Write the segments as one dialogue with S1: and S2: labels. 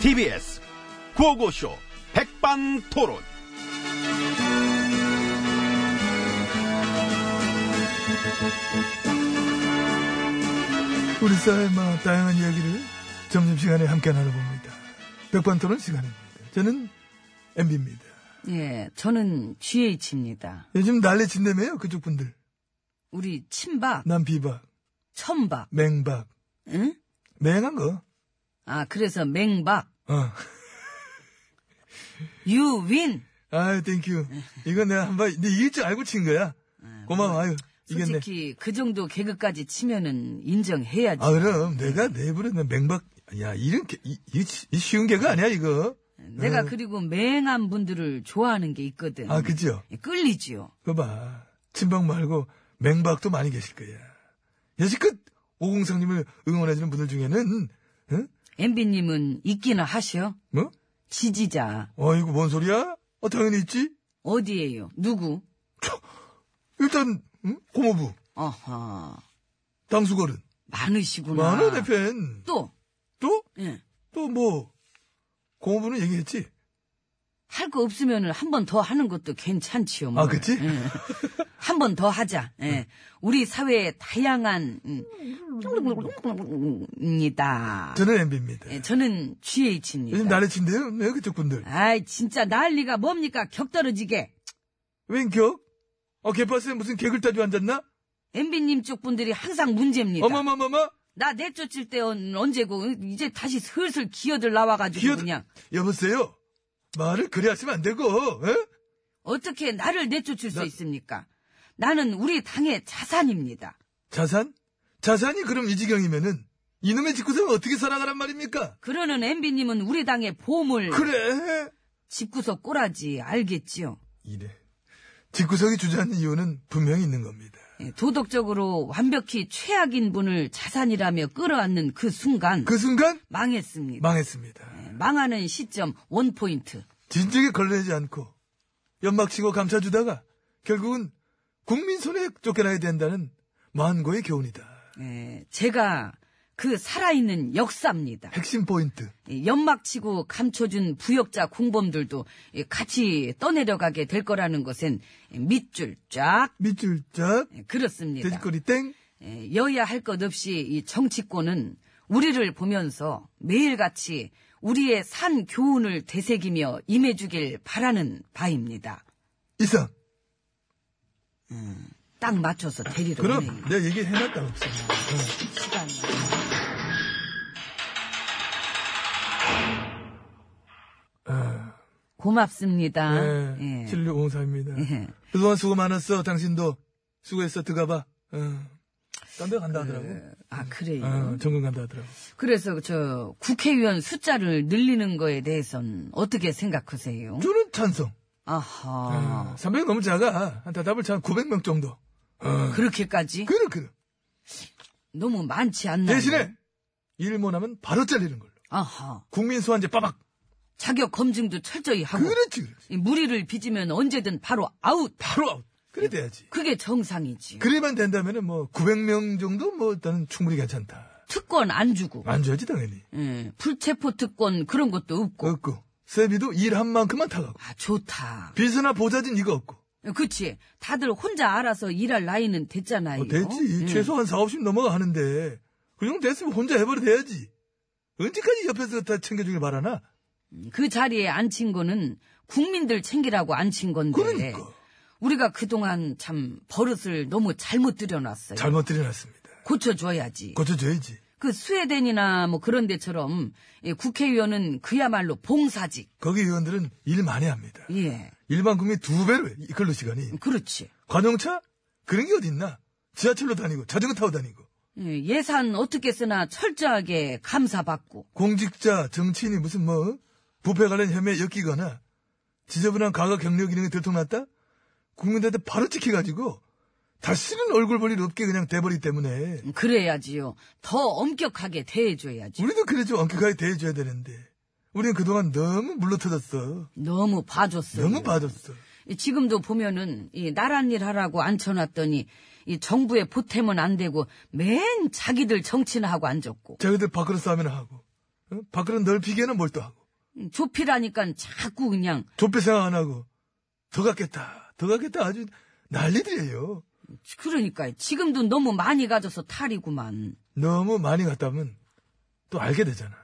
S1: TBS 구호고쇼 백반토론.
S2: 우리 사회의 마- 다양한 이야기를 점심시간에 함께 나눠봅니다. 백반토론 시간입니다. 저는 MB입니다.
S3: 예, 저는 GH입니다.
S2: 요즘 난리친다며요 그쪽 분들.
S3: 우리 친박,
S2: 난 비박,
S3: 천박,
S2: 맹박,
S3: 응?
S2: 맹한 거.
S3: 아, 그래서 맹박,
S2: 어.
S3: 유윈.
S2: 아유, 땡큐. 이건 내가 한 번, 네 이길 줄 알고 친 거야. 고마워, 아유. 이겼네.
S3: 네, 솔직히 그 정도 개그까지 치면은 인정해야지.
S2: 아, 그럼 내가 내 입으로 내 맹박, 야, 이런 게, 이, 이, 이 쉬운 개가 아니야, 이거.
S3: 내가 그리고 맹한 분들을 좋아하는 게 있거든.
S2: 네. 아, 그죠?
S3: 예, 끌리지요.
S2: 그봐. 친박 말고 맹박도 많이 계실 거야. 여지껏 오공상님을 응원해주는 분들 중에는, 응?
S3: MB님은 있기는 하셔.
S2: 뭐?
S3: 지지자.
S2: 어이구, 뭔 소리야? 어, 당연히 있지?
S3: 어디에요? 누구?
S2: 일단, 응? 고모부,
S3: 어허.
S2: 당수거른,
S3: 많으시구나.
S2: 만호 대팬,
S3: 또,
S2: 또?
S3: 예.
S2: 또 뭐? 고모부는 얘기했지?
S3: 할 거 없으면은 한 번 더 하는 것도 괜찮지요. 뭐.
S2: 아, 그치?
S3: 한 번 더 하자. 예. 우리 사회의 다양한 음, 입니다. 예,
S2: 저는 MB입니다.
S3: 저는 GH입니다.
S2: 요즘 나래친데요? 네, 그쪽 분들.
S3: 아이 진짜 난리가 뭡니까 격떨어지게.
S2: 웬 격? 어, 개파스에 무슨 객을 따지고 앉았나?
S3: MB님 쪽 분들이 항상 문제입니다.
S2: 어마마마마?
S3: 나 내쫓을 때 언- 언제고 이제 다시 슬슬 기어들 나와가지고
S2: 기어들-
S3: 그냥
S2: 여보세요? 말을 그래 하시면 안 되고, 예? 에?
S3: 어떻게 나를 내쫓을
S2: 나-
S3: 수 있습니까? 나는 우리 당의 자산입니다.
S2: 자산? 자산이 그럼 이 지경이면은 이놈의 집구석을 어떻게 살아가란 말입니까?
S3: 그러는 MB님은 우리 당의 보물
S2: 그래
S3: 집구석 꼬라지 알겠지요?
S2: 이래 집구석이 주저앉는 이유는 분명히 있는 겁니다.
S3: 예, 도덕적으로 완벽히 최악인 분을 자산이라며 끌어안는 그 순간
S2: 그 순간
S3: 망했습니다.
S2: 망했습니다.
S3: 예, 망하는 시점 원 포인트.
S2: 진즉에 걸레지 않고 연막치고 감싸주다가 결국은 국민 손에 쫓겨나야 된다는 만고의 교훈이다.
S3: 예, 제가 그 살아있는 역사입니다.
S2: 핵심 포인트.
S3: 예, 연막치고 감춰준 부역자 공범들도 예, 같이 떠내려가게 될 거라는 것엔 예, 밑줄 쫙
S2: 밑줄 쫙
S3: 예, 그렇습니다.
S2: 돼지꼬리 땡
S3: 예, 여야 할 것 없이 이 정치권은 우리를 보면서 매일같이 우리의 산 교훈을 되새기며 임해주길 바라는 바입니다.
S2: 이상.
S3: 딱 맞춰서 데리러
S2: 그럼
S3: 오네.
S2: 내가 얘기해놨다 없어. 어.
S3: 시간. 고맙습니다.
S2: 아. 네,
S3: 예.
S2: 7654입니다.
S3: 예.
S2: 그동안 수고 많았어, 당신도. 수고했어, 들어가봐. 딴 데 간다 하더라고.
S3: 아 그래요.
S2: 어, 전공 간다 하더라고.
S3: 그래서 저 국회의원 숫자를 늘리는 거에 대해선 어떻게 생각하세요?
S2: 저는 찬성.
S3: 아하.
S2: 300 너무 작아. 한 답을 참 900명 정도. 어.
S3: 그렇게까지?
S2: 그래, 그래.
S3: 너무 많지 않나요?
S2: 대신에, 일 못하면 바로 잘리는 걸로.
S3: 아하.
S2: 국민 소환제 빠박.
S3: 자격 검증도 철저히 하고
S2: 그렇지, 그렇지.
S3: 이 무리를 빚으면 언제든 바로 아웃.
S2: 바로 아웃. 그래 돼야지.
S3: 그게 정상이지.
S2: 그래만 된다면은 뭐, 900명 정도 뭐, 일단은 충분히 괜찮다.
S3: 특권 안 주고
S2: 안 줘야지, 당연히.
S3: 예, 불체포 특권 그런 것도 없고.
S2: 없고. 세비도 일한 만큼만 타가고.
S3: 아 좋다.
S2: 빚이나 보자진 이거 없고.
S3: 그치. 다들 혼자 알아서 일할 나이는 됐잖아요.
S2: 어, 됐지.
S3: 예.
S2: 최소한 4, 50 넘어가 하는데. 그 정도 됐으면 혼자 해버려 돼야지. 언제까지 옆에서 다 챙겨주길 바라나?
S3: 그 자리에 앉힌 거는 국민들 챙기라고 앉힌 건데.
S2: 그러니까.
S3: 우리가 그동안 참 버릇을 너무 잘못 들여놨어요.
S2: 잘못 들여놨습니다.
S3: 고쳐줘야지.
S2: 고쳐줘야지.
S3: 그 스웨덴이나 뭐 그런 데처럼 예, 국회의원은 그야말로 봉사직.
S2: 거기 의원들은 일 많이 합니다.
S3: 예.
S2: 일반 국민 두 배로 해, 이 근로 시간이.
S3: 그렇지.
S2: 관용차? 그런 게 어딨나? 지하철로 다니고, 자전거 타고 다니고.
S3: 예, 예산 어떻게 쓰나 철저하게 감사받고.
S2: 공직자, 정치인이 무슨 뭐, 부패 관련 혐의에 엮이거나, 지저분한 과거 경력 기능이 들통났다? 국민들한테 바로 찍혀가지고, 다시는 얼굴 볼 일 없게 그냥 돼버리기 때문에,
S3: 그래야지요. 더 엄격하게 대해줘야지.
S2: 우리도 그래 좀 엄격하게 대해줘야 되는데 우리는 그동안 너무 물러터졌어
S3: 너무 봐줬어요.
S2: 너무 받았어
S3: 이 지금도 보면은 이 나란 일 하라고 앉혀놨더니 이 정부에 보탬은 안 되고 맨 자기들 정치나 하고 앉았고
S2: 자기들 밖으로 싸움이나 하고 어? 밖으로 넓히기에는 몰두하고
S3: 음, 좁히라니까 자꾸 그냥
S2: 좁히 생각 안 하고 더 갔겠다 더 갔겠다 아주 난리들이에요.
S3: 그러니까 지금도 너무 많이 가져서 탈이구만.
S2: 너무 많이 갔다면 또 알게 되잖아.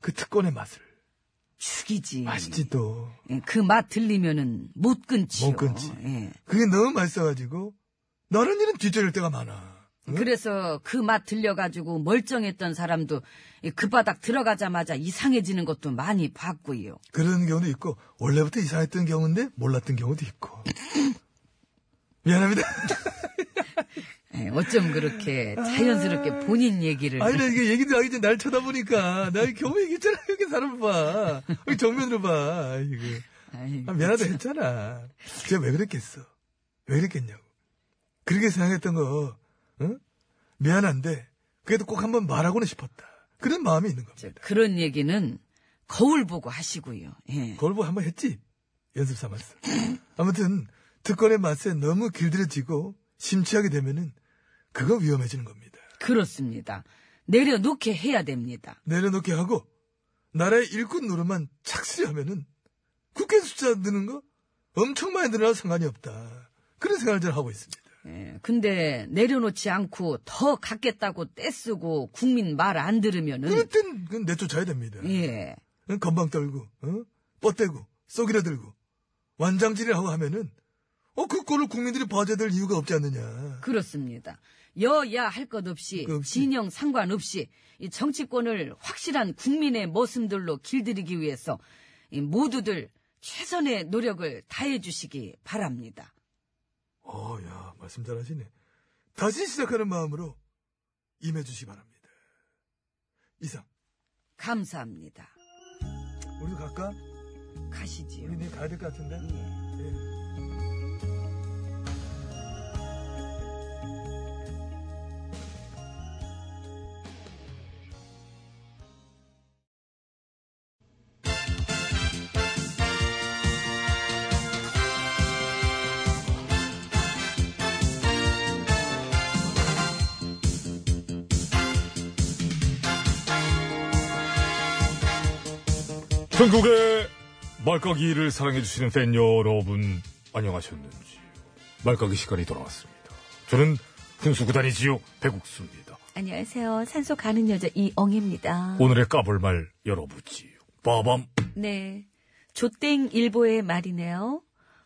S2: 그 특권의 맛을.
S3: 죽이지.
S2: 맛있지 또.
S3: 그 맛 들리면은 못 끊지요.
S2: 못 끊지.
S3: 예.
S2: 그게 너무 맛있어가지고 나는 일은 뒤처질 때가 많아. 응?
S3: 그래서 그 맛 들려가지고 멀쩡했던 사람도 이그 바닥 들어가자마자 이상해지는 것도 많이 봤고요.
S2: 그런 경우도 있고 원래부터 이상했던 경우인데 몰랐던 경우도 있고. 미안합니다.
S3: 예, 어쩜 그렇게 자연스럽게 본인 얘기를.
S2: 아. 아니 나 이게 얘기도 하기 전날 쳐다보니까 나 겨우 얘기했잖아 이렇게 사람 봐. 여기 정면으로 봐. 이거.
S3: 아이,
S2: 아, 미안하다 했잖아. 제가 왜 그랬겠어? 왜 그랬겠냐고. 그렇게 생각했던 거, 응? 미안한데, 그래도 꼭 한번 말하고는 싶었다. 그런 마음이 있는
S3: 저,
S2: 겁니다.
S3: 그런 얘기는 거울 보고 하시고요. 예.
S2: 걸보 한번 했지? 연습 삼았어. 아무튼, 특권의 맛에 너무 길들여지고, 심취하게 되면은, 그거 위험해지는 겁니다.
S3: 그렇습니다. 내려놓게 해야 됩니다.
S2: 내려놓게 하고, 나라의 일꾼 노릇만 착실히 하면은, 국회 숫자 느는 거? 엄청 많이 늘어나도 상관이 없다. 그런 생각을 저는 하고 있습니다.
S3: 예, 근데 내려놓지 않고 더 갖겠다고 떼쓰고 국민 말 안 들으면은
S2: 그럴 땐 그건 내쫓아야 됩니다.
S3: 음. 예.
S2: 응, 건방 떨고, 어? 뻗대고, 쏘기려 들고, 완장질을 하고 하면은, 어, 그 꼴을 국민들이 봐줘야 될 이유가 없지 않느냐.
S3: 그렇습니다. 여야 할 것 없이
S2: 그 없이.
S3: 진영 상관없이 이 정치권을 확실한 국민의 모습들로 길들이기 위해서 이 모두들 최선의 노력을 다해 주시기 바랍니다.
S2: 어, 야, 말씀 잘하시네. 다시 시작하는 마음으로 임해주시 기 바랍니다. 이상,
S3: 감사합니다.
S2: 우리도 갈까?
S3: 가시지요.
S2: 우리 내일 가야 될 것 같은데?
S3: 예.
S2: 예.
S4: 전국의 말까기를 사랑해주시는 팬 여러분, 안녕하셨는지요. 말까기 시간이 돌아왔습니다. 저는 훈수구단이지요, 배국수입니다.
S5: 안녕하세요. 산소 가는 여자 이엉입니다.
S4: 오늘의 까불 말 열어보지요. 빠밤!
S5: 네. 조땡 일보의 말이네요.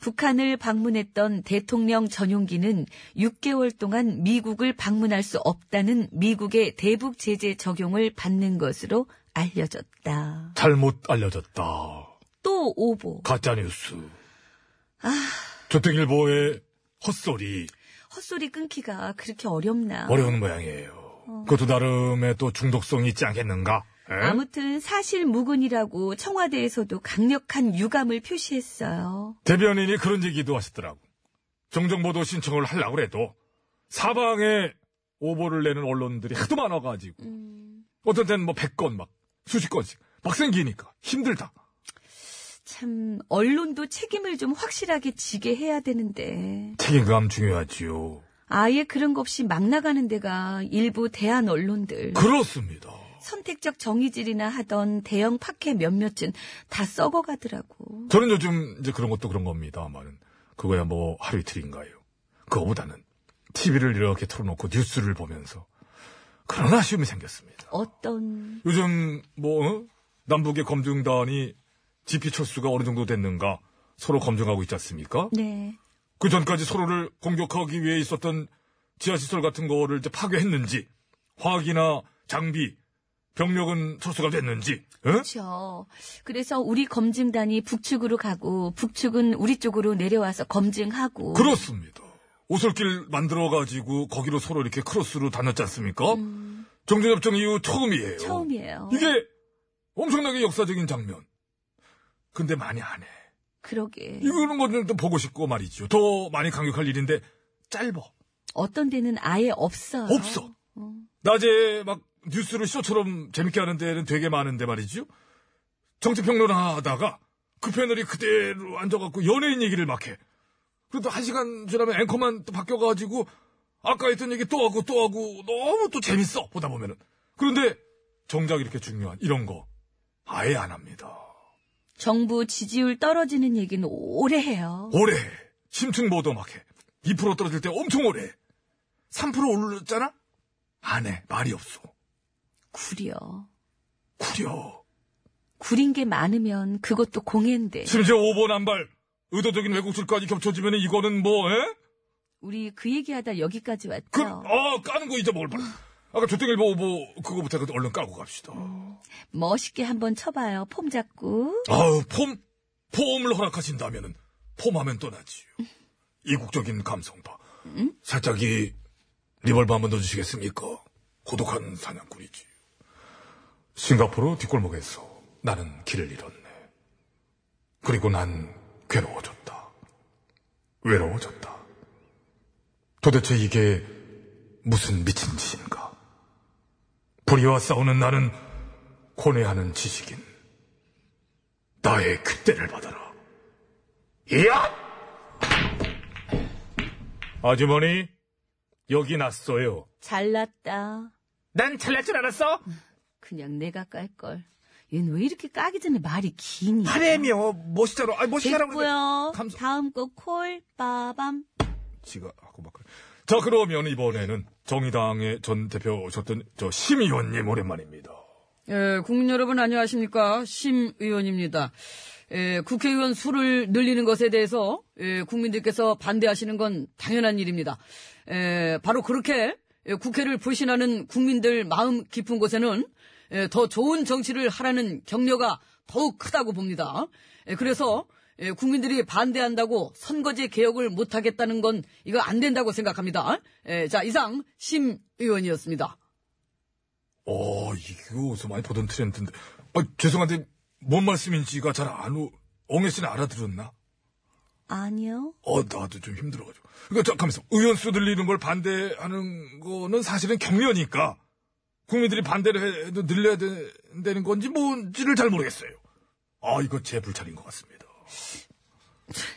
S5: 북한을 방문했던 대통령 전용기는 6개월 동안 미국을 방문할 수 없다는 미국의 대북 제재 적용을 받는 것으로 알려졌다.
S4: 잘못 알려졌다.
S5: 또 오보.
S4: 가짜뉴스. 조땡일보의 헛소리.
S5: 헛소리 끊기가 그렇게 어렵나.
S4: 어려운 모양이에요. 그것도 나름의 또 중독성이 있지 않겠는가? 에?
S5: 아무튼 사실 무근이라고 청와대에서도 강력한 유감을 표시했어요.
S4: 대변인이 그런 얘기도 하시더라고. 정정보도 신청을 하려고 해도 사방에 오보를 내는 언론들이 하도 많아가지고
S5: 음,
S4: 어떤 때는 뭐 100건 막 수십 건씩 막 생기니까 힘들다.
S5: 참 언론도 책임을 좀 확실하게 지게 해야 되는데
S4: 책임감 중요하지요.
S5: 아예 그런 거 없이 막 나가는 데가 일부 대한 언론들
S4: 그렇습니다.
S5: 선택적 정의질이나 하던 대형 팟캐 몇몇은 다 썩어가더라고
S4: 저는 요즘 이제 그런 것도 그런 겁니다만은 그거야 뭐 하루 이틀인가요. 그거보다는 TV를 이렇게 틀어놓고 뉴스를 보면서 그런 아쉬움이 생겼습니다.
S5: 어떤
S4: 요즘 뭐 어? 남북의 검증단이 지피 철수가 어느 정도 됐는가 서로 검증하고 있지 않습니까?
S5: 네
S4: 그 전까지 서로를 공격하기 위해 있었던 지하시설 같은 거를 이제 파괴했는지 화학이나 장비 병력은 철수가 됐는지 예?
S5: 그렇죠 그래서 우리 검증단이 북측으로 가고 북측은 우리 쪽으로 내려와서 검증하고
S4: 그렇습니다. 오솔길 만들어 가지고 거기로 서로 이렇게 크로스로 다녔지 않습니까? 정전협정 이후 음. 처음이에요.
S5: 음, 처음이에요
S4: 이게 엄청나게 역사적인 장면. 근데 많이 안 해.
S5: 그러게
S4: 이거는 뭐좀 보고 싶고 말이죠. 더 많이 강력할 일인데 짧아.
S5: 어떤 데는 아예 없어요
S4: 없어. 낮에 막 뉴스를 쇼처럼 재밌게 하는 데는 되게 많은데 말이죠. 정치평론 하다가 그 패널이 그대로 앉아갖고 연예인 얘기를 막 해. 그래도 한 시간 지나면 앵커만 또 바뀌어가지고 아까 했던 얘기 또 하고 또 하고 너무 또 재밌어 보다 보면은. 그런데 정작 이렇게 중요한 이런 거 아예 안 합니다.
S5: 정부 지지율 떨어지는 얘기는 오래 해요.
S4: 오래 해. 심층 모도막해. 2% 떨어질 때 엄청 오래 해. 3% 오르잖아? 안 해. 말이 없어.
S5: 구려.
S4: 구려.
S5: 구린 게 많으면 그것도 공해인데.
S3: 예.
S4: 심지어 오보 남발. 의도적인 왜곡질까지 겹쳐지면 이거는 뭐, 에?
S5: 우리 그 얘기하다 여기까지 왔죠.
S4: 그,
S3: 어.
S4: 아, 까는 거 잊어먹을 뻔. 아까 조땡일보 오보 그거부터 해서 얼른 까고 갑시다.
S5: 멋있게 한번 쳐봐요. 폼 잡고.
S4: 아우, 폼, 폼을 허락하신다면은, 폼하면 떠나지요. 이국적인 감성파. 살짝 이, 리벌브 한번 넣어주시겠습니까? 고독한 사냥꾼이지. 싱가포르 뒷골목에서 나는 길을 잃었네. 그리고 난 괴로워졌다. 외로워졌다. 도대체 이게 무슨 미친 짓인가? 불의와 싸우는 나는 고뇌하는 지식인. 나의 그때를 받아라. 이야! 아주머니, 여기 났어요.
S5: 잘났다.
S4: 난 잘날 줄 알았어?
S5: 그냥 내가 깔걸. 얘는 왜 이렇게 까기 전에 말이 기니?
S4: 하래미요, 멋있잖아. 아, 멋있잖아.
S5: 됐고요.
S4: 감사-
S5: 다음 거콜 빠밤.
S4: 지가 아, 하고 막. 그래. 자, 그러면 이번에는 정의당의 전 대표셨던 저 심 의원님 오랜만입니다.
S3: 예, 국민 여러분 안녕하십니까 심 의원입니다. 예, 국회의원 수를 늘리는 것에 대해서 예, 국민들께서 반대하시는 건 당연한 일입니다. 예, 바로 그렇게 예, 국회를 불신하는 국민들 마음 깊은 곳에는 예, 더 좋은 정치를 하라는 격려가 더욱 크다고 봅니다. 예, 그래서 예, 국민들이 반대한다고 선거제 개혁을 못하겠다는 건 이거 안 된다고 생각합니다. 예, 자 이상 심 의원이었습니다.
S4: 어, 이거 어디서 많이 보던 트렌드인데. 아, 죄송한데, 뭔 말씀인지가 잘 안, 오- 엉애 씨는 알아들었나?
S5: 아니요.
S4: 어, 나도 좀 힘들어가지고. 그러니까 잠깐만요. 의원 수 늘리는 걸 반대하는 거는 사실은 격려니까 국민들이 반대를 해도 늘려야 된다는 건지 뭔지를 잘 모르겠어요. 아, 이거 제 불찰인 것 같습니다.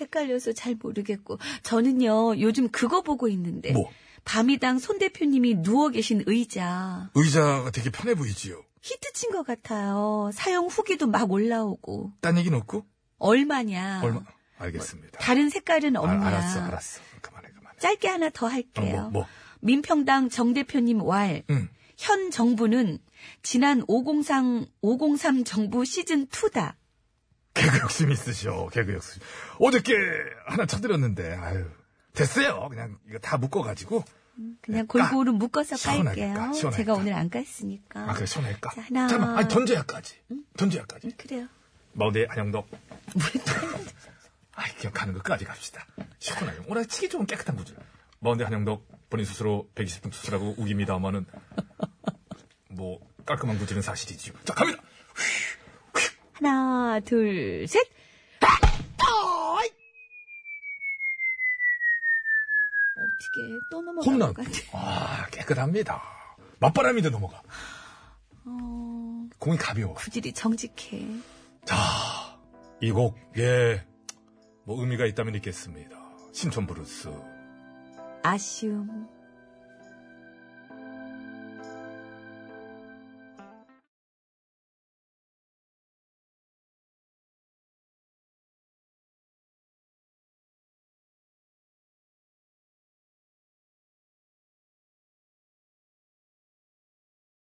S5: 헷갈려서 잘 모르겠고 저는요 요즘 그거 보고 있는데
S4: 뭐?
S5: 밤이당 손 대표님이 누워 계신 의자
S4: 의자가 되게 편해 보이지요.
S5: 히트 친 것 같아요 사용 후기도 막 올라오고
S4: 딴 얘기는 없고
S5: 얼마냐
S4: 얼마? 아, 알겠습니다.
S5: 다른 색깔은
S4: 아,
S5: 없냐
S4: 알았어, 알았어. 뭐, 그만해, 그만해.
S5: 짧게 하나 더 할게요
S4: 어, 뭐, 뭐?
S5: 민평당 정 대표님 왈
S4: 응.
S5: 현 정부는 지난 503, 503 정부 시즌2다.
S4: 개그 욕심 있으셔, 개그 욕심. 어저께 하나 쳐드렸는데, 아유. 됐어요. 그냥 이거 다 묶어가지고.
S5: 그냥
S4: 까.
S5: 골고루 묶어서
S4: 시원하게
S5: 깔게요.
S4: 까, 시원하게
S5: 제가
S4: 까.
S5: 오늘 안 깠으니까.
S4: 아, 그래, 손해일까?
S5: 자, 하나.
S4: 잠깐만, 아니, 던져야까지. 던져야까지.
S5: 그래요.
S4: 마운드의 안영덕. 아이, 그냥 가는 것까지 갑시다. 시원하게. 오락치기 좋은 깨끗한 구질. 마운드의 한영덕, 본인 스스로 120분 수술하고 우깁니다만은, 뭐, 깔끔한 구질은 사실이지요. 자, 갑니다!
S5: 하나, 둘, 셋. 어떻게 또 넘어간
S4: 홈런.
S5: 것 같아.
S4: 아, 깨끗합니다. 맞바람인데 넘어가.
S5: 어,
S4: 공이 가벼워.
S5: 구질이 정직해.
S4: 자, 이 곡, 예, 뭐 의미가 있다면 있겠습니다. 신촌 브루스.
S5: 아쉬움.